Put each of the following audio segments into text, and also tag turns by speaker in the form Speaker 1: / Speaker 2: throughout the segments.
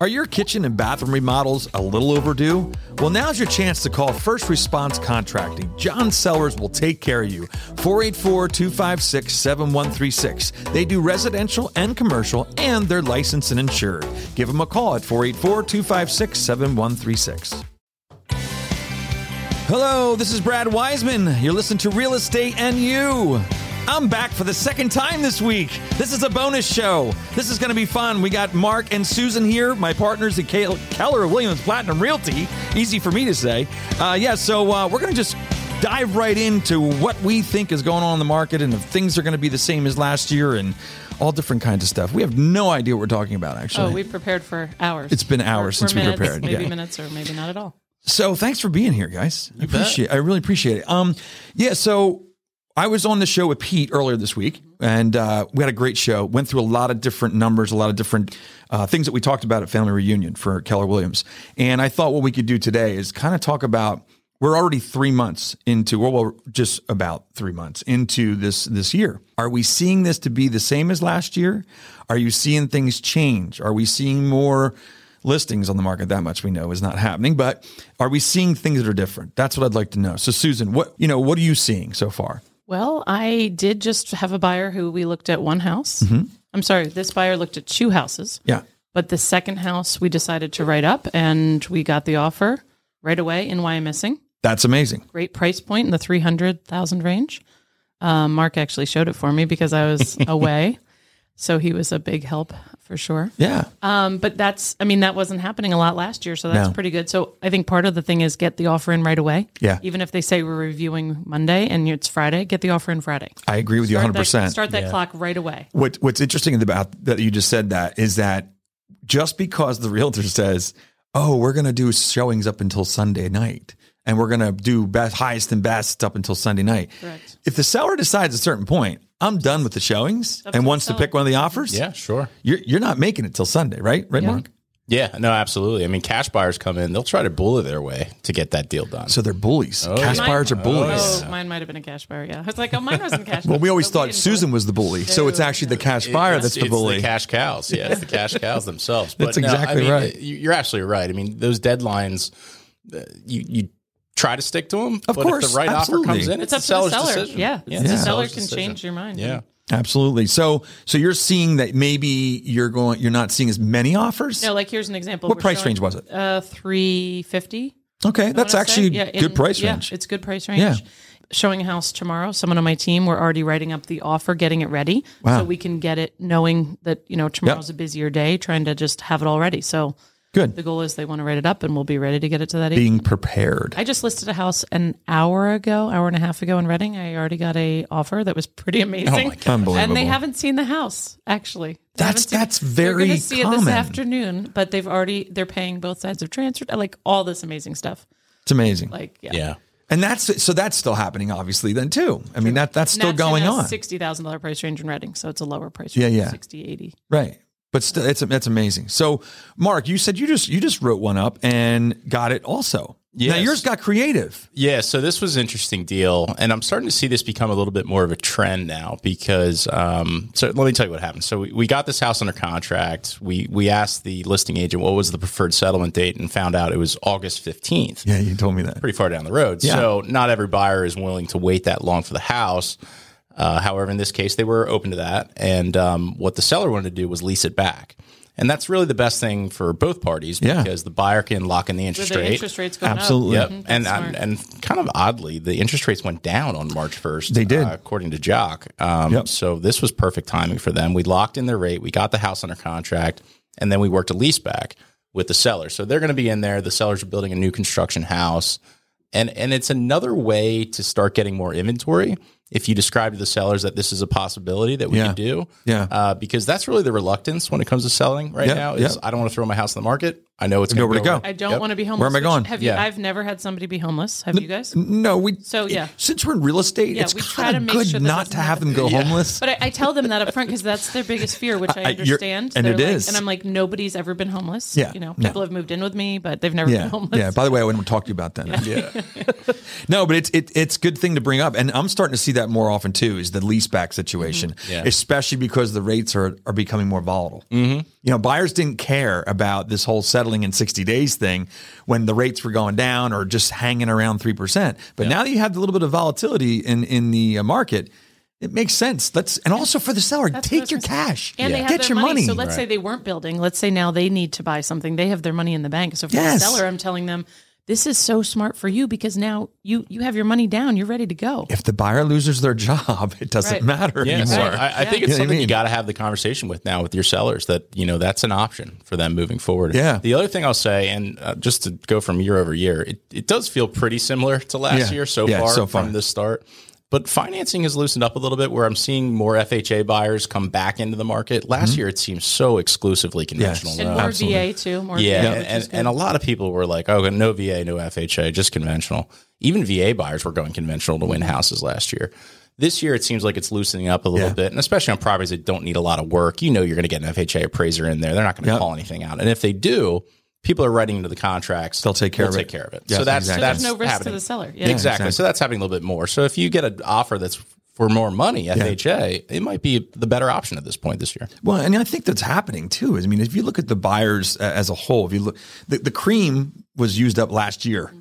Speaker 1: Are your kitchen and bathroom remodels a little overdue? Well, now's your chance to call First Response Contracting. John Sellers will take care of you. 484 256 7136. They do residential and commercial, and they're licensed and insured. Give them a call at 484 256 7136. Hello, this is Brad Wiseman. You're listening to Real Estate and You. I'm back for the second time this week. This is a bonus show. This is going to be fun. We got Mark and Susan here, my partners at Kale- Keller Williams Platinum Realty. Easy for me to say. Uh, yeah, so uh, we're going to just dive right into what we think is going on in the market and if things are going to be the same as last year and all different kinds of stuff. We have no idea what we're talking about, actually.
Speaker 2: Oh, we've prepared for hours.
Speaker 1: It's been hours
Speaker 2: Or- or
Speaker 1: since we
Speaker 2: minutes,
Speaker 1: prepared,
Speaker 2: Maybe
Speaker 1: yeah.
Speaker 2: minutes or maybe not at all.
Speaker 1: So thanks for being here, guys. I
Speaker 3: bet.
Speaker 1: appreciate. I really appreciate it. Um, yeah. So I was on the show with Pete earlier this week, and uh, we had a great show. Went through a lot of different numbers, a lot of different uh, things that we talked about at family reunion for Keller Williams. And I thought what we could do today is kind of talk about. We're already three months into, well, we're just about three months into this this year. Are we seeing this to be the same as last year? Are you seeing things change? Are we seeing more? listings on the market that much we know is not happening but are we seeing things that are different that's what i'd like to know so susan what you know what are you seeing so far
Speaker 2: Well, I did just have a buyer who we looked at one house.
Speaker 1: Mm-hmm.
Speaker 2: I'm sorry, this buyer looked at two houses,
Speaker 1: yeah
Speaker 2: but the second house we decided to write up and we got the offer right away in Why I'm Missing.
Speaker 1: that's amazing
Speaker 2: Great price point in the 300,000 range. Uh, Mark actually showed it for me because I was away. So he was a big help for sure.
Speaker 1: yeah
Speaker 2: Um, but that's, I mean, that wasn't happening a lot last year, so that's
Speaker 1: No.
Speaker 2: pretty good. So I think part of the thing is get the offer in right away.
Speaker 1: Yeah.
Speaker 2: Even if they say we're reviewing Monday and it's Friday, get the offer in Friday.
Speaker 1: i agree with you 100%
Speaker 2: That, start that clock right away.
Speaker 1: what what's interesting about that you just said that is that just because the realtor says, "Oh, we're going to do showings up until Sunday night and we're going to do best highest and best up until Sunday night."
Speaker 2: Correct.
Speaker 1: If the seller decides at a certain point, "I'm done with the showings"
Speaker 2: to
Speaker 1: and
Speaker 2: the
Speaker 1: wants to
Speaker 2: seller.
Speaker 1: pick one of the offers,
Speaker 3: Yeah, sure.
Speaker 1: you're you're not making it till Sunday, right? Right, Mark?
Speaker 3: Yeah, no, absolutely. I mean, cash buyers come in; they'll try to bully their way to get that deal done.
Speaker 1: So they're bullies.
Speaker 3: Oh,
Speaker 1: Cash
Speaker 2: yeah.
Speaker 1: buyers are bullies.
Speaker 2: Oh, mine might have been a cash buyer. Yeah. I was like, oh, mine wasn't cash.
Speaker 1: Well, we always thought Susan was the bully, so it's actually the cash buyer that's the
Speaker 3: it's
Speaker 1: bully.
Speaker 3: the cash cows. Yeah, it's the cash cows themselves.
Speaker 1: That's exactly
Speaker 3: I mean,
Speaker 1: right.
Speaker 3: you- You're absolutely right. I mean, those deadlines, uh, you you try to stick to them.
Speaker 1: Of
Speaker 3: but if
Speaker 1: course,
Speaker 3: the right
Speaker 1: absolutely.
Speaker 3: offer comes in,
Speaker 2: It's
Speaker 3: it's,
Speaker 2: up
Speaker 3: the
Speaker 2: to
Speaker 3: seller's
Speaker 2: the seller.
Speaker 3: decision.
Speaker 2: Yeah.
Speaker 3: Yeah,
Speaker 2: The
Speaker 3: it's the
Speaker 2: seller
Speaker 3: seller's
Speaker 2: can
Speaker 3: decision.
Speaker 2: change your mind.
Speaker 3: Yeah.
Speaker 1: Absolutely. So, so you're seeing that maybe you're going, you're not seeing as many offers.
Speaker 2: No, like here's an example.
Speaker 1: What
Speaker 2: We're
Speaker 1: price
Speaker 2: showing,
Speaker 1: range was it?
Speaker 2: Uh, 350.
Speaker 1: Okay, that's
Speaker 2: wanna say.
Speaker 1: actually
Speaker 2: Yeah, in-
Speaker 1: good price
Speaker 2: yeah,
Speaker 1: range.
Speaker 2: it's good price range.
Speaker 1: Yeah.
Speaker 2: Showing a house tomorrow. Someone on my team, we're already writing up the offer, getting it ready,
Speaker 1: Wow.
Speaker 2: so we can get it, knowing that you know tomorrow's a busier day, trying to just have it all ready. So the
Speaker 1: good.
Speaker 2: goal is they want to write it up, and we'll be ready to get it to that. evening.
Speaker 1: Being prepared.
Speaker 2: I just listed a house an hour ago, hour and a half ago in Reading. I already got a offer that was pretty amazing.
Speaker 1: Oh Unbelievable.
Speaker 2: And they haven't seen the house actually. They haven't
Speaker 1: That's
Speaker 2: seen it.
Speaker 1: that's
Speaker 2: They're
Speaker 1: very
Speaker 2: gonna see it
Speaker 1: common.
Speaker 2: this afternoon, but they've already they're paying both sides of transfer, like all this amazing stuff.
Speaker 1: It's amazing.
Speaker 2: Like yeah,
Speaker 3: Yeah.
Speaker 1: and that's so that's still happening, obviously. Then too. I mean that that's still
Speaker 2: That's in
Speaker 1: going
Speaker 2: a
Speaker 1: on,
Speaker 2: Sixty thousand dollar price range in Reading, so it's a lower price.
Speaker 1: Yeah,
Speaker 2: range,
Speaker 1: yeah.
Speaker 2: 60, 80.
Speaker 1: right? But still, it's that's amazing. So, Mark, you said you just you just wrote one up and got it also. Yeah. Now
Speaker 3: Yes.
Speaker 1: yours got creative.
Speaker 3: Yeah, so this was an interesting deal, and I'm starting to see this become a little bit more of a trend now because. Um, so let me tell you what happened. So we, we got this house under contract. We we asked the listing agent what was the preferred settlement date, and found out it was August 15th
Speaker 1: Yeah, you told me that.
Speaker 3: pretty far down the road. So not every buyer is willing to wait that long for the house. Uh, however, in this case, they were open to that, and um, what the seller wanted to do was lease it back, and that's really the best thing for both parties
Speaker 1: Yeah.
Speaker 3: because the buyer can lock in the
Speaker 2: But
Speaker 3: interest
Speaker 2: the
Speaker 3: rate.
Speaker 2: interest rates going
Speaker 1: Absolutely.
Speaker 2: up.
Speaker 3: Yep.
Speaker 2: Mhm,
Speaker 3: and
Speaker 2: that's smart.
Speaker 3: and and kind of oddly, the interest rates went down on March 1st.
Speaker 1: They did.
Speaker 3: uh, according to Jock. Um,
Speaker 1: Yep.
Speaker 3: So this was perfect timing for them. We locked in their rate, we got the house under contract, and then we worked a lease back with the seller. So they're going to be in there. The sellers are building a new construction house. And, and it's another way to start getting more inventory if you describe to the sellers that this is a possibility that we
Speaker 1: Yeah.
Speaker 3: can do
Speaker 1: Yeah.
Speaker 3: uh, because that's really the reluctance when it comes to selling right
Speaker 1: Yeah,
Speaker 3: now is
Speaker 1: yeah.
Speaker 3: I don't want to throw my house in the market. I know it's
Speaker 1: Nowhere
Speaker 3: going
Speaker 1: to go.
Speaker 2: I don't
Speaker 3: Yep.
Speaker 2: want to be homeless.
Speaker 1: Where am I
Speaker 2: which-
Speaker 1: going?
Speaker 2: Have you?
Speaker 3: Yeah.
Speaker 2: I've never had somebody be homeless. Have you guys?
Speaker 1: No, we.
Speaker 2: So, yeah.
Speaker 1: since we're in real estate,
Speaker 2: Yeah,
Speaker 1: it's
Speaker 2: we try
Speaker 1: kind
Speaker 2: to
Speaker 1: of
Speaker 2: make
Speaker 1: good
Speaker 2: sure that
Speaker 1: not
Speaker 2: doesn't
Speaker 1: to have them go homeless.
Speaker 2: But I, I tell them that up front because that's their biggest fear, which I
Speaker 1: I- you're-
Speaker 2: understand.
Speaker 1: and
Speaker 2: They're
Speaker 1: it
Speaker 2: like-
Speaker 1: is.
Speaker 2: And I'm like, nobody's ever been homeless.
Speaker 1: Yeah,
Speaker 2: You know,
Speaker 1: no.
Speaker 2: people have moved in with me, but they've never
Speaker 1: yeah,
Speaker 2: been homeless.
Speaker 1: yeah. By the way, I wouldn't talk to you about that. no, but it's it, it's a good thing to bring up, and I'm starting to see that more often too. Is the lease back situation,
Speaker 2: Mm-hmm.
Speaker 3: Yeah.
Speaker 1: especially because the rates are are becoming more volatile. Mm-hmm. You know, buyers didn't care about this whole settling in 60 days thing when the rates were going down or just hanging around three percent. But now that you have a little bit of volatility in in the uh, market. It makes sense. Let's and also for the seller,
Speaker 2: That's what I
Speaker 1: take
Speaker 2: was
Speaker 1: your
Speaker 2: gonna say.
Speaker 1: cash.
Speaker 2: And they have
Speaker 1: Get
Speaker 2: their
Speaker 1: your
Speaker 2: money.
Speaker 1: money.
Speaker 2: So let's say they weren't building. Let's say now they need to buy something. They have their money in the bank. So for
Speaker 1: Yes.
Speaker 2: the seller, I'm telling them this is so smart for you because now you you have your money down. You're ready to go.
Speaker 1: if the buyer loses their job, it doesn't
Speaker 2: Right.
Speaker 1: matter
Speaker 3: Yeah, so
Speaker 1: anymore.
Speaker 3: I, I think it's
Speaker 1: You know what I
Speaker 3: something
Speaker 1: mean?
Speaker 3: you got to have the conversation with now with your sellers that you know that's an option for them moving forward.
Speaker 1: Yeah.
Speaker 3: The other thing I'll say, and uh, just to go from year over year, it, it does feel pretty similar to last
Speaker 1: Yeah.
Speaker 3: year so,
Speaker 1: Yeah,
Speaker 3: far
Speaker 1: so far.
Speaker 3: from the start. But financing has loosened up a little bit, where I'm seeing more FHA buyers come back into the market. Last year, it seemed so exclusively conventional.
Speaker 1: Mm-hmm. Yes.
Speaker 2: And
Speaker 3: loans.
Speaker 2: more
Speaker 1: absolutely.
Speaker 2: VA too. More
Speaker 3: Yeah,
Speaker 2: VA,
Speaker 3: and,
Speaker 2: which is
Speaker 3: and, and a lot of people were like, "Oh, no VA, no FHA, just conventional." Even VA buyers were going conventional to win houses last year. This year, it seems like it's loosening up a little
Speaker 1: Yeah.
Speaker 3: bit, and especially on properties that don't need a lot of work. You know, you're going to get an FHA appraiser in there; they're not going to
Speaker 1: Yep.
Speaker 3: call anything out, and if they do, people are writing into the contracts.
Speaker 1: They'll take care
Speaker 3: we'll
Speaker 1: of it.
Speaker 3: Take care of it.
Speaker 1: Yes,
Speaker 3: so that's
Speaker 1: exactly.
Speaker 3: that's
Speaker 2: there's no risk
Speaker 3: happening.
Speaker 2: to the seller. Yeah.
Speaker 3: exactly. So that's happening a little bit more. So if you get an offer that's for more money, FHA, it might be the better option at this point this year.
Speaker 1: Well, and I think that's happening too. I mean, if you look at the buyers uh, as a whole, if you look, the, the cream was used up last year
Speaker 2: Mm-hmm.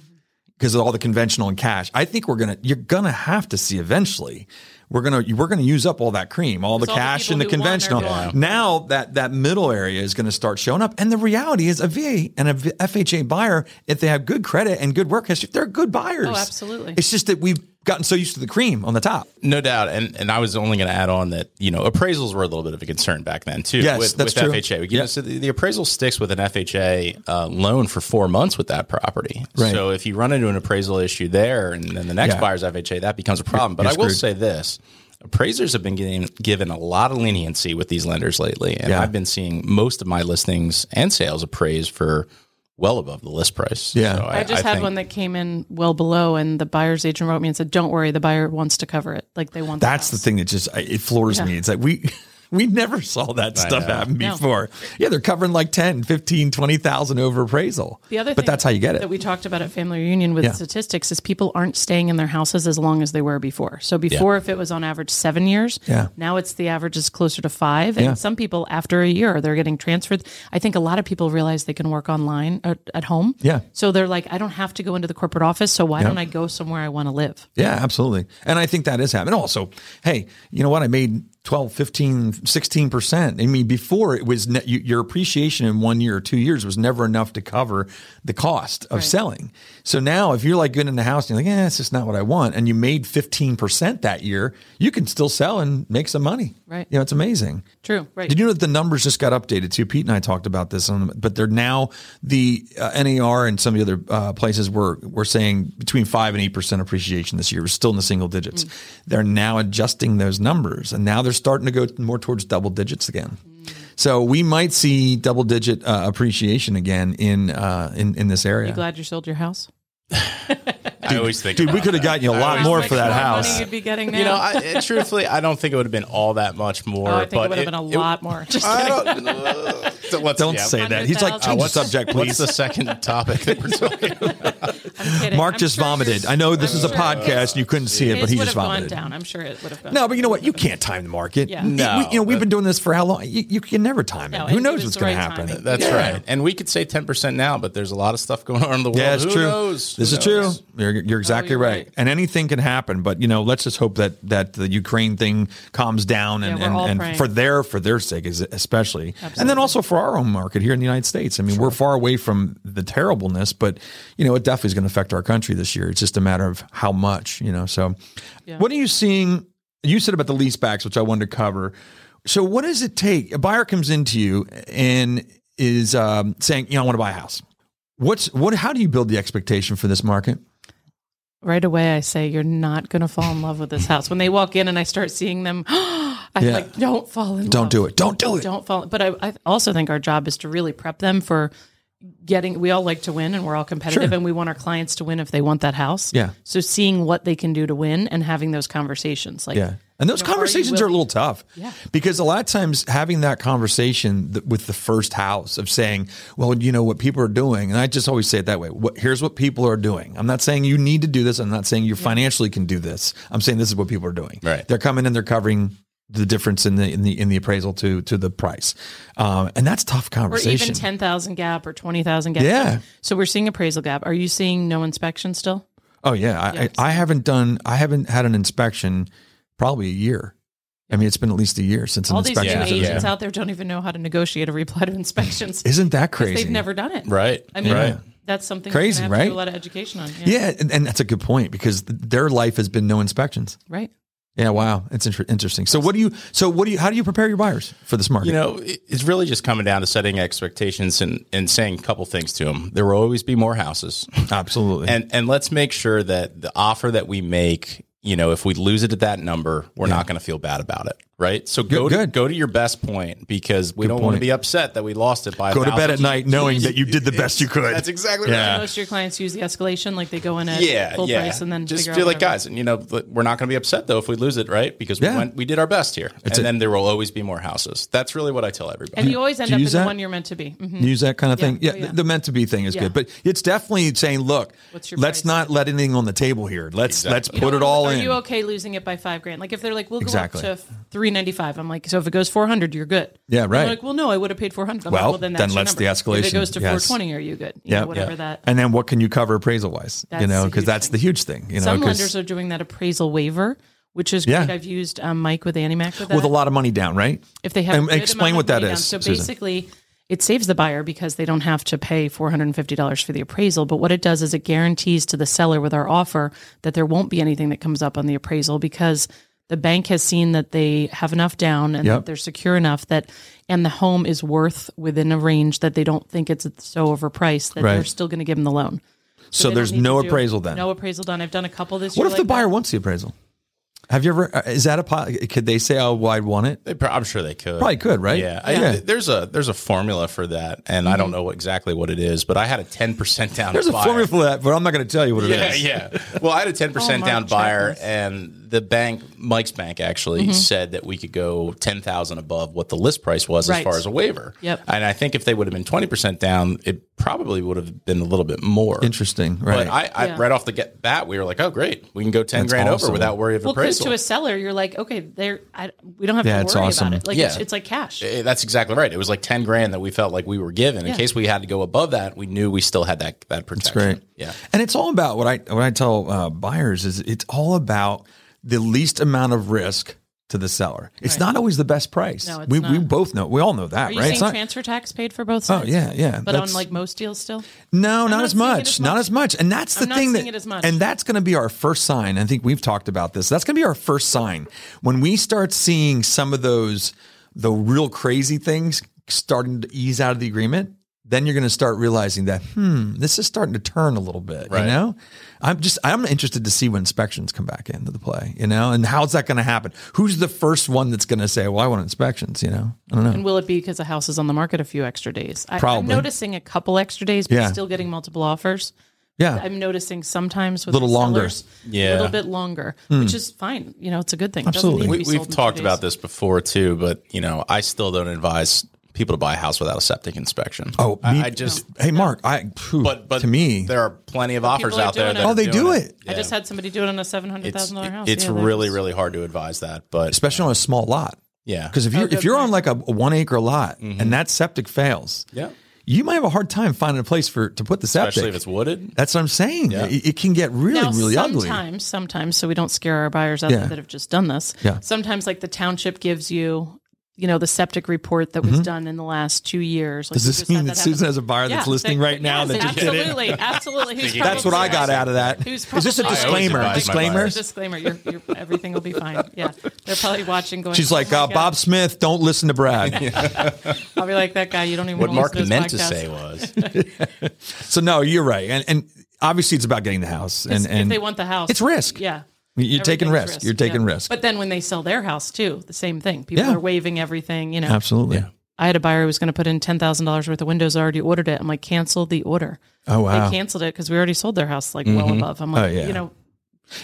Speaker 1: because of all the conventional and cash. I think we're gonna, you're gonna have to see eventually. We're gonna, we're gonna use up all that cream, all the
Speaker 2: all the
Speaker 1: cash
Speaker 2: people
Speaker 1: and the
Speaker 2: who want are
Speaker 1: conventional.
Speaker 2: gone.
Speaker 1: Now that that middle area is gonna start showing up, and the reality is a VA and a V- FHA buyer, if they have good credit and good work history, they're good buyers.
Speaker 2: Oh, absolutely.
Speaker 1: It's just that we've gotten so used to the cream on the top.
Speaker 3: No doubt, and and I was only going to add on that you know appraisals were a little bit of a concern back then too.
Speaker 1: Yes,
Speaker 3: with,
Speaker 1: that's
Speaker 3: with
Speaker 1: true.
Speaker 3: FHA, you know,
Speaker 1: Yeah.
Speaker 3: so the, the appraisal sticks with an FHA uh, loan for four months with that property.
Speaker 1: Right.
Speaker 3: So if you run into an appraisal issue there, and then the next
Speaker 1: Yeah.
Speaker 3: buyer's FHA, that becomes a problem. But
Speaker 1: You're
Speaker 3: I will
Speaker 1: screwed.
Speaker 3: say this: appraisers have been getting given a lot of leniency with these lenders lately, and
Speaker 1: Yeah.
Speaker 3: I've been seeing most of my listings and sales appraised for well above the list price.
Speaker 1: Yeah.
Speaker 3: So
Speaker 2: I just had
Speaker 3: think-
Speaker 2: one that came in well below, and the buyer's agent wrote me and said, "Don't worry, the buyer wants to cover it. Like they want."
Speaker 1: That's the
Speaker 2: house."
Speaker 1: thing that just I- it floors me. It's like we we never saw that stuff
Speaker 3: know.
Speaker 1: happen
Speaker 2: No.
Speaker 1: before. Yeah, they're covering like 10, 15, 20,000 over appraisal.
Speaker 2: The other,
Speaker 1: but
Speaker 2: thing
Speaker 1: that's how you get it.
Speaker 2: That we talked about at family reunion with
Speaker 1: Yeah.
Speaker 2: statistics is people aren't staying in their houses as long as they were before. So before, if it was on average seven years,
Speaker 1: Yeah.
Speaker 2: now it's the average is closer to five, and some people after a year they're getting transferred. I think a lot of people realize they can work online at, at home.
Speaker 1: Yeah.
Speaker 2: So they're like, I don't have to go into the corporate office, so why don't I go somewhere I want to live?
Speaker 1: yeah, absolutely. And I think that is happening. Also, hey, you know what? I made 12, 15, 16%. I mean, before it was ne- you, your appreciation in one year or two years was never enough to cover the cost of selling. So now if you're like good in the house and you're like, yeah, it's just not what I want. And you made 15% that year, you can still sell and make some money.
Speaker 2: Right.
Speaker 1: You know, it's amazing.
Speaker 2: True. Right.
Speaker 1: Did you know that the numbers just got updated too? Pete and I talked about this, on, but they're now the uh, NAR and some of the other uh, places were were saying between five and eight percent appreciation this year. We're still in the single digits.
Speaker 2: Mm.
Speaker 1: They're now adjusting those numbers, and now they're starting to go more towards double digits again.
Speaker 2: Mm.
Speaker 1: So we might see double digit uh, appreciation again in uh, in in this area.
Speaker 2: Glad you sold your house.
Speaker 3: I always think,
Speaker 1: Dude, we
Speaker 3: about
Speaker 1: could have
Speaker 3: that.
Speaker 1: gotten you a
Speaker 3: I
Speaker 1: lot
Speaker 3: always
Speaker 1: more
Speaker 2: Like,
Speaker 1: for that
Speaker 2: what money
Speaker 1: house.
Speaker 2: you'd be getting
Speaker 3: You know,
Speaker 2: now.
Speaker 3: I, it- truthfully, I don't think it would have been all that much more.
Speaker 2: Oh, I think
Speaker 3: but
Speaker 2: it would have been a lot more. Just
Speaker 3: I
Speaker 2: kidding.
Speaker 3: don't, uh, so what's,
Speaker 1: Don't
Speaker 3: yeah,
Speaker 1: say that. He's like,
Speaker 2: 100,000.
Speaker 1: change the
Speaker 3: What's-
Speaker 1: subject, please.
Speaker 3: What's the second topic that we're talking about?
Speaker 2: I'm kidding.
Speaker 1: Mark
Speaker 2: I'm
Speaker 1: just
Speaker 2: sure
Speaker 1: vomited.
Speaker 2: your-
Speaker 1: I know this is a
Speaker 2: I'm sure
Speaker 1: podcast and you couldn't see it,
Speaker 2: His
Speaker 1: but he
Speaker 2: would
Speaker 1: just
Speaker 2: have
Speaker 1: vomited.
Speaker 2: gone down. I'm sure it would have gone.
Speaker 1: No, but you know what? You can't time the market.
Speaker 2: Yeah.
Speaker 1: We,
Speaker 3: No.
Speaker 1: you know, we've been doing this for how long? You, you can never time it.
Speaker 2: No,
Speaker 1: Who
Speaker 2: it
Speaker 1: knows
Speaker 2: was
Speaker 1: what's
Speaker 2: the
Speaker 1: going to
Speaker 2: right
Speaker 1: happen?
Speaker 2: timing.
Speaker 3: That's right. And we could say 10% now, but there's a lot of stuff going on in the world.
Speaker 1: Yeah, it's
Speaker 3: Who
Speaker 1: true.
Speaker 3: knows?
Speaker 1: This
Speaker 3: Who
Speaker 1: is
Speaker 3: knows?
Speaker 1: true. You're, you're exactly
Speaker 2: you're
Speaker 1: right.
Speaker 2: right.
Speaker 1: And anything can happen. But you know, let's just hope that that the Ukraine thing calms down and
Speaker 2: Yeah, we're all
Speaker 1: and, and
Speaker 2: praying.
Speaker 1: for their for their sake is especially, and then also for our own market here in the United States. I mean, we're far away from the terribleness, but you know, it definitely is going to affect our country this year. It's just a matter of how much. You know, so what are you seeing? You said about the lease backs, which I wanted to cover. So, what does it take? A buyer comes into you and is um, saying, "You know, I want to buy a house." What's what? How do you build the expectation for this market?
Speaker 2: right away I say you're not going to fall in love with this house. When they walk in and I start seeing them, I'm
Speaker 1: Yeah.
Speaker 2: like, don't fall in love.
Speaker 1: Don't do it. Don't do it.
Speaker 2: Don't fall. But I, I also think our job is to really prep them for getting we all like to win and we're all competitive
Speaker 1: Sure.
Speaker 2: and we want our clients to win if they want that house.
Speaker 1: Yeah.
Speaker 2: So seeing what they can do to win and having those conversations like
Speaker 1: Yeah. And those
Speaker 2: know, are you
Speaker 1: conversations are, a
Speaker 2: willing-
Speaker 1: little tough
Speaker 2: Yeah.
Speaker 1: because a lot of times having that conversation th- with the first house of saying, well, you know what people are doing. And I just always say it that way. What, here's what people are doing. I'm not saying you need to do this. I'm not saying you financially can do this. I'm saying this is what people are doing.
Speaker 3: Right.
Speaker 1: They're coming and they're covering the difference in the, in the, in the appraisal to, to the price. Um, and that's tough
Speaker 2: or
Speaker 1: conversation.
Speaker 2: even 10,000 gap or 20,000 gap.
Speaker 1: Yeah.
Speaker 2: So we're seeing appraisal gap. Are you seeing no inspection still?
Speaker 1: Oh yeah, I, I, I haven't done. I haven't had an inspection probably a year. I mean, it's been at least a year since an
Speaker 2: All these new
Speaker 1: inspection.
Speaker 3: inspections, yeah.
Speaker 2: agents out there don't even know how to negotiate a reply to inspections.
Speaker 1: Isn't that crazy?
Speaker 2: They've never done it.
Speaker 3: Right.
Speaker 2: I mean,
Speaker 3: right.
Speaker 2: that's something
Speaker 1: Crazy,
Speaker 2: crazy, have right? To
Speaker 1: right?
Speaker 2: do a lot of education on.
Speaker 1: Yeah, and, and that's a good point because th- their life has been no inspections.
Speaker 2: Right.
Speaker 1: Yeah, wow, it's inter- interesting. So what do you? So what do you? How do you prepare your buyers for this market?
Speaker 3: You know, it- it's really just coming down to setting expectations and, and saying a couple things to them. There will always be more houses.
Speaker 1: Absolutely.
Speaker 3: And and let's make sure that the offer that we make, you know, if we lose it at that number, we're not going to feel bad about it, right? So go to,
Speaker 1: good.
Speaker 3: go to your best point because we don't want
Speaker 1: point.
Speaker 3: to be upset that we lost it by. a
Speaker 1: Go to bed
Speaker 3: thousand.
Speaker 1: at night knowing that you did the best you could.
Speaker 3: That's exactly
Speaker 1: Yeah.
Speaker 3: right.
Speaker 2: Most of your clients use the escalation, like they go in at
Speaker 3: Yeah,
Speaker 2: full
Speaker 3: yeah.
Speaker 2: price and then
Speaker 3: just
Speaker 2: figure
Speaker 3: feel
Speaker 2: out
Speaker 3: like
Speaker 2: whatever.
Speaker 3: guys, and you know, but we're not going to be upset though if we lose it, right? Because
Speaker 1: Yeah.
Speaker 3: we went, we did our best here,
Speaker 1: a-
Speaker 3: and then there will always be more houses. That's really what I tell everybody.
Speaker 2: And you always end
Speaker 1: you
Speaker 2: up in
Speaker 1: use
Speaker 2: the
Speaker 1: that?
Speaker 2: one you're meant to be. Mhm.
Speaker 1: Use that kind of thing. Yeah,
Speaker 2: Oh, yeah.
Speaker 1: the- the meant to be thing is
Speaker 2: Yeah.
Speaker 1: good, but it's definitely saying, look,
Speaker 2: What's your
Speaker 1: let's
Speaker 2: price?
Speaker 1: not let anything on the table here. Let's
Speaker 3: Exactly.
Speaker 1: let's put it all
Speaker 2: Are
Speaker 1: in.
Speaker 2: you okay losing it by five grand? Like if they're like, we'll
Speaker 1: Exactly.
Speaker 2: go up to three ninety five. I'm like, so if it goes four hundred, you're good.
Speaker 1: Yeah,
Speaker 2: And
Speaker 1: right.
Speaker 2: they're like, well, no, I would have paid four hundred.
Speaker 1: Well,
Speaker 2: well, then
Speaker 1: then
Speaker 2: that's your
Speaker 1: let's the
Speaker 2: number. If
Speaker 1: escalation.
Speaker 2: it goes to
Speaker 1: Yes.
Speaker 2: four twenty, are you good? You
Speaker 1: Yeah,
Speaker 2: know, whatever
Speaker 1: yeah.
Speaker 2: that.
Speaker 1: And then what can you cover appraisal wise? You
Speaker 2: That's
Speaker 1: know,
Speaker 2: the
Speaker 1: because
Speaker 2: huge
Speaker 1: that's
Speaker 2: thing.
Speaker 1: the huge thing. You know,
Speaker 2: Some
Speaker 1: 'cause-
Speaker 2: lenders are doing that appraisal waiver, which is
Speaker 1: Yeah.
Speaker 2: great. I've used um, Mike with Animac with that.
Speaker 1: with a lot of money down, right?
Speaker 2: if they have
Speaker 1: And
Speaker 2: a good
Speaker 1: explain
Speaker 2: amount
Speaker 1: what
Speaker 2: of
Speaker 1: that
Speaker 2: money down.
Speaker 1: is,
Speaker 2: So
Speaker 1: Susan.
Speaker 2: basically, it saves the buyer because they don't have to pay four hundred and fifty dollars for the appraisal. But what it does is it guarantees to the seller with our offer that there won't be anything that comes up on the appraisal because the bank has seen that they have enough down and
Speaker 1: Yep.
Speaker 2: that they're secure enough that and the home is worth within a range that they don't think it's so overpriced that
Speaker 1: Right.
Speaker 2: they're still going to give them the loan.
Speaker 1: So
Speaker 2: They don't
Speaker 1: there's
Speaker 2: need to
Speaker 1: no
Speaker 2: do-
Speaker 1: appraisal then.
Speaker 2: No appraisal done. I've done a couple this
Speaker 1: What
Speaker 2: year.
Speaker 1: if the
Speaker 2: like
Speaker 1: buyer
Speaker 2: that.
Speaker 1: wants the appraisal? Have you ever? uh, Is that a? po- Could they say, "Oh, well, I'd want it"?
Speaker 3: They pro- I'm sure they could.
Speaker 1: Probably could, right?
Speaker 3: Yeah, I-
Speaker 1: Yeah.
Speaker 3: th- there's a there's a formula for that, and I
Speaker 2: Mm-hmm.
Speaker 3: don't know what, exactly what it is, but I had a 10 percent down.
Speaker 1: There's a
Speaker 3: buyer.
Speaker 1: formula for that, but I'm not going to tell you what it is.
Speaker 3: Yeah, yeah. Well, I had a 10 percent
Speaker 2: Oh,
Speaker 3: down
Speaker 2: Mark,
Speaker 3: buyer,
Speaker 2: check this.
Speaker 3: and the bank, Mike's bank, actually
Speaker 2: Mm-hmm.
Speaker 3: said that we could go 10,000 above what the list price was as
Speaker 2: Right.
Speaker 3: far as a waiver.
Speaker 2: Yep.
Speaker 3: And I think if they would have been 20 percent down, it probably would have been a little bit more.
Speaker 1: Interesting, right?
Speaker 3: But I, I
Speaker 2: Yeah.
Speaker 3: right off the get bat, we were like, oh great, we can go 10
Speaker 1: That's
Speaker 3: grand
Speaker 1: awesome.
Speaker 3: over without worry of
Speaker 2: Well, because
Speaker 3: appraisal.
Speaker 2: to a seller, you're like, okay, there, I, we don't have
Speaker 1: Yeah,
Speaker 2: to
Speaker 1: it's
Speaker 2: worry
Speaker 1: awesome.
Speaker 2: about it. Like,
Speaker 3: Yeah.
Speaker 2: it's, it's like cash.
Speaker 3: Eh, That's exactly right. It was like ten grand that we felt like we were given. In
Speaker 2: Yeah.
Speaker 3: case we had to go above that, we knew we still had that that protection.
Speaker 1: Great.
Speaker 3: Yeah.
Speaker 1: And it's all about what I what I tell uh, buyers is it's all about the least amount of risk to the seller. It's not always the best price.
Speaker 2: No, it's
Speaker 1: we we
Speaker 2: not.
Speaker 1: both know. We all know that,
Speaker 2: Are you
Speaker 1: right? It's
Speaker 2: seeing
Speaker 1: not-
Speaker 2: transfer tax paid for both
Speaker 1: oh
Speaker 2: sides?
Speaker 1: yeah, yeah.
Speaker 2: But on
Speaker 1: That's-
Speaker 2: like most deals still?
Speaker 1: No, not,
Speaker 2: not
Speaker 1: as
Speaker 2: seeing it
Speaker 1: much,
Speaker 2: as
Speaker 1: Not
Speaker 2: much.
Speaker 1: as much. And that's the
Speaker 2: I'm not
Speaker 1: thing
Speaker 2: seeing
Speaker 1: that
Speaker 2: it as much.
Speaker 1: and that's going to be our first sign. I think we've talked about this. That's going to be our first sign when we start seeing some of those the real crazy things starting to ease out of the agreement. Then you're going to start realizing that hmm, this is starting to turn a little bit. You
Speaker 3: Right.
Speaker 1: know, I'm just I'm interested to see when inspections come back into the play. You know, and how's that going to happen? Who's the first one that's going to say, "Well, I want inspections"? You know, I don't know.
Speaker 2: And will it be because the house is on the market a few extra days? I,
Speaker 1: Probably.
Speaker 2: I'm noticing a couple extra days, but
Speaker 1: Yeah.
Speaker 2: still getting multiple offers.
Speaker 1: Yeah,
Speaker 2: I'm noticing sometimes with
Speaker 1: Little
Speaker 2: the
Speaker 1: longer. Hmm.
Speaker 2: sellers,
Speaker 3: Yeah.
Speaker 2: a little bit longer, which is fine. You know, it's a good thing. It doesn't
Speaker 1: Absolutely.
Speaker 2: need to
Speaker 3: We,
Speaker 2: be
Speaker 3: we've
Speaker 2: sold in two
Speaker 3: talked
Speaker 2: days.
Speaker 3: about this before too, but you know, I still don't advise people to buy a house without a septic inspection.
Speaker 1: Oh, me-
Speaker 3: I, I just.
Speaker 1: hey, Mark, I phew,
Speaker 3: But but
Speaker 1: to me,
Speaker 3: there are plenty of offers
Speaker 2: are
Speaker 3: out there.
Speaker 2: doing
Speaker 3: That
Speaker 2: it.
Speaker 1: Oh, they
Speaker 3: are
Speaker 1: do
Speaker 3: doing
Speaker 1: it.
Speaker 2: I just had somebody do it on a seven hundred
Speaker 3: It's,
Speaker 2: thousand dollar house.
Speaker 3: it's
Speaker 2: Yeah, they're
Speaker 3: really
Speaker 2: just-
Speaker 3: really hard to advise that, but
Speaker 1: especially on a small lot.
Speaker 3: yeah, Mm-hmm.
Speaker 1: Because if you're if
Speaker 2: good
Speaker 1: you're on like a, a one acre lot and that septic fails,
Speaker 3: Yeah.
Speaker 1: you might have a hard time finding a place for to put the septic.
Speaker 3: especially if it's wooded,
Speaker 1: That's what I'm saying. It, it can get really
Speaker 2: Now,
Speaker 1: really
Speaker 2: sometimes,
Speaker 1: ugly.
Speaker 2: sometimes, so we don't scare our buyers out
Speaker 1: Yeah.
Speaker 2: there that have just done this.
Speaker 1: Yeah.
Speaker 2: Sometimes, like the township gives you, you know, the septic report that was done in the last two years. Like,
Speaker 1: Mm-hmm. Does
Speaker 2: we
Speaker 1: this
Speaker 2: just had
Speaker 1: mean that
Speaker 2: happen.
Speaker 1: Susan has a buyer that's
Speaker 2: Yeah,
Speaker 1: listening
Speaker 2: that-
Speaker 1: right now
Speaker 2: yes,
Speaker 1: that just did it?
Speaker 2: absolutely, absolutely. Who's
Speaker 1: That's what I
Speaker 2: probably-
Speaker 1: got out of that.
Speaker 2: Who's
Speaker 1: Is this a
Speaker 2: probably-
Speaker 3: I
Speaker 1: disclaimer?
Speaker 3: always advise my
Speaker 1: Disclaimer.
Speaker 3: buyers.
Speaker 2: Disclaimer: you're, you're, Everything will be fine. Yeah, they're probably watching. Going,
Speaker 1: She's
Speaker 2: "Oh
Speaker 1: like
Speaker 2: my
Speaker 1: uh,
Speaker 2: God."
Speaker 1: Bob Smith. Don't listen to Brad.
Speaker 2: I'll be like that guy. You don't even.
Speaker 3: what
Speaker 2: wanna
Speaker 3: Mark
Speaker 2: listen to
Speaker 3: meant to
Speaker 2: this podcast."
Speaker 3: say was
Speaker 1: So no, you're right. And and obviously it's about getting the house. And,
Speaker 2: if
Speaker 1: and
Speaker 2: they want the house,
Speaker 1: it's risk.
Speaker 2: Yeah.
Speaker 1: You're taking risk.
Speaker 2: Everything's
Speaker 1: You're taking
Speaker 2: yeah.
Speaker 1: risk.
Speaker 2: But then when they sell their house too, the same thing. People
Speaker 1: Yeah.
Speaker 2: are waiving everything. You know,
Speaker 1: Absolutely.
Speaker 2: I had a buyer who was going to put in ten thousand dollars worth of windows. I already ordered it. I'm like, cancel the order.
Speaker 1: Oh
Speaker 2: They canceled it because we already sold their house like well above. I'm like,
Speaker 1: Oh, yeah.
Speaker 2: you know,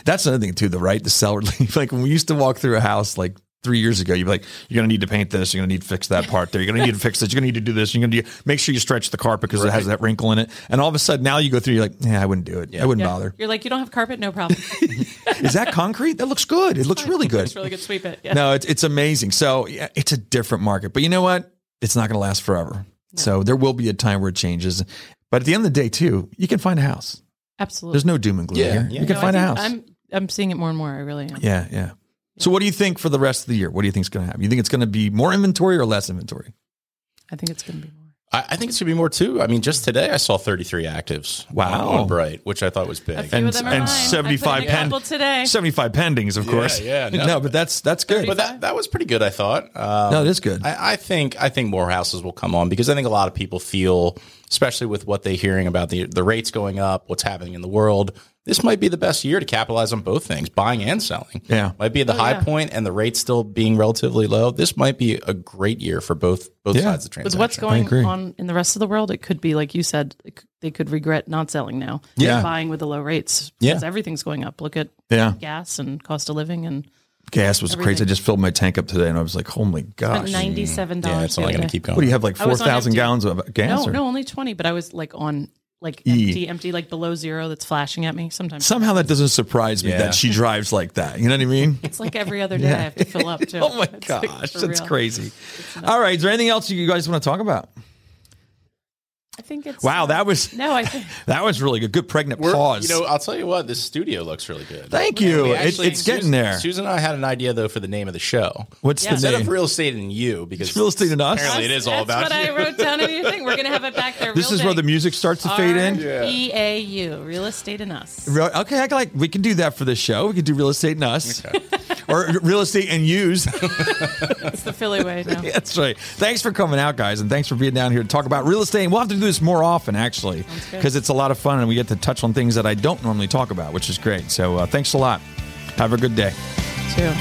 Speaker 1: That's another thing too, the right, the seller leave. Like when we used to walk through a house like three years ago, you'd be like, you're gonna need to paint this, you're gonna need to fix that part there, you're gonna need to fix this, you're gonna need to do this, you're gonna do, make sure you stretch the carpet because it has that wrinkle in it. And all of a sudden now you go through, you're like, yeah, I wouldn't do it. I wouldn't bother.
Speaker 2: you're like, you don't have carpet, no problem.
Speaker 1: Is that concrete? That looks good. It looks really good.
Speaker 2: it's really good. Sweep it. Yeah.
Speaker 1: No, it's it's amazing. So yeah, it's a different market. But you know what? It's not gonna last forever. So there will be a time where it changes. But at the end of the day too, you can find a house.
Speaker 2: Absolutely.
Speaker 1: There's no doom and gloom
Speaker 3: Yeah,
Speaker 1: here.
Speaker 3: yeah.
Speaker 1: You can
Speaker 2: No, I
Speaker 1: find a
Speaker 2: think
Speaker 1: house.
Speaker 2: I'm I'm seeing it more and more. I really am.
Speaker 1: Yeah, yeah. So what do you think for the rest of the year? What do you think is going to happen? You think it's going to be more inventory or less inventory?
Speaker 2: I think it's going to be more.
Speaker 3: I, I think it should be more too. I mean, just today I saw 33 actives.
Speaker 1: Wow.
Speaker 3: on Bright, which I thought was big.
Speaker 2: A few
Speaker 1: And-
Speaker 2: of them are
Speaker 1: and
Speaker 2: mine.
Speaker 1: 75
Speaker 2: I put in a
Speaker 1: pen-
Speaker 2: couple today.
Speaker 1: 75 pendings, of course.
Speaker 3: yeah,
Speaker 1: No,
Speaker 3: no.
Speaker 1: but that's that's good.
Speaker 3: but that, that was pretty good. I thought. Um,
Speaker 1: no, it is good.
Speaker 3: I, I think I think more houses will come on because I think a lot of people feel, especially with what they're hearing about the the rates going up, what's happening in the world. This might be the best year to capitalize on both things, buying and selling.
Speaker 1: Yeah.
Speaker 3: might be at the high
Speaker 2: Oh, yeah.
Speaker 3: point and the rate still being relatively low. This might be a great year for both both
Speaker 1: Yeah.
Speaker 3: sides of the
Speaker 2: With
Speaker 3: transaction.
Speaker 2: what's going
Speaker 1: agree.
Speaker 2: on in the rest of the world, it could be like you said, it c- they could regret not selling now. and
Speaker 1: Yeah.
Speaker 2: buying with the low rates.
Speaker 3: Yeah.
Speaker 2: because everything's going up. Look at
Speaker 1: yeah.
Speaker 2: gas and cost of living, and
Speaker 1: Gas was crazy. I
Speaker 2: everything.
Speaker 1: just filled my tank up today and I was like, holy gosh. What
Speaker 2: ninety seven dollars.
Speaker 3: yeah, it's only going to keep going.
Speaker 1: do you have, like
Speaker 2: I was on
Speaker 1: 4,000
Speaker 2: empty.
Speaker 1: gallons of gas?
Speaker 2: No,
Speaker 1: or-
Speaker 2: no, only twenty. But I was like on like
Speaker 1: E.
Speaker 2: empty, empty, like below zero. That's flashing at me sometimes.
Speaker 1: Somehow that doesn't surprise me
Speaker 3: Yeah.
Speaker 1: that she drives like that. You know what I mean?
Speaker 2: it's like every other day I have to fill up too.
Speaker 1: oh my
Speaker 2: It's, like,
Speaker 1: gosh.
Speaker 2: for
Speaker 1: That's
Speaker 2: real.
Speaker 1: crazy. All right. Is there anything else you guys want to talk about?
Speaker 2: I think it's uh,
Speaker 1: Wow. That was,
Speaker 2: no. I think
Speaker 1: that was really good. Good pregnant
Speaker 3: We're-
Speaker 1: pause.
Speaker 3: You know, I'll tell you what, this studio looks really good.
Speaker 1: Thank you.
Speaker 3: We
Speaker 1: It-
Speaker 3: actually-
Speaker 1: it's getting
Speaker 3: Susan-
Speaker 1: there.
Speaker 3: Susan and I had an idea though for the name of the show.
Speaker 1: What's
Speaker 2: Yeah.
Speaker 1: the
Speaker 3: Instead
Speaker 1: name?
Speaker 3: of real estate and you, because
Speaker 1: It's real estate and us.
Speaker 3: Apparently, it is all
Speaker 2: that's
Speaker 3: about
Speaker 2: what
Speaker 3: you.
Speaker 2: I wrote down. in your thing. we're going to have it back there.
Speaker 1: This is where the music starts to fade in.
Speaker 2: E A U, real estate and us.
Speaker 1: Real, okay, I can like we can do that for this show. We could do real estate and us, or real estate and use.
Speaker 2: It's the Philly way now.
Speaker 1: That's right. Thanks for coming out, guys, and thanks for being down here to talk about real estate. And we'll have to do this more often, actually,
Speaker 2: good.
Speaker 1: because it's a lot of fun, and we get to touch on things that I don't normally talk about, which is great. So uh, thanks a lot. Have a good day.
Speaker 2: Too.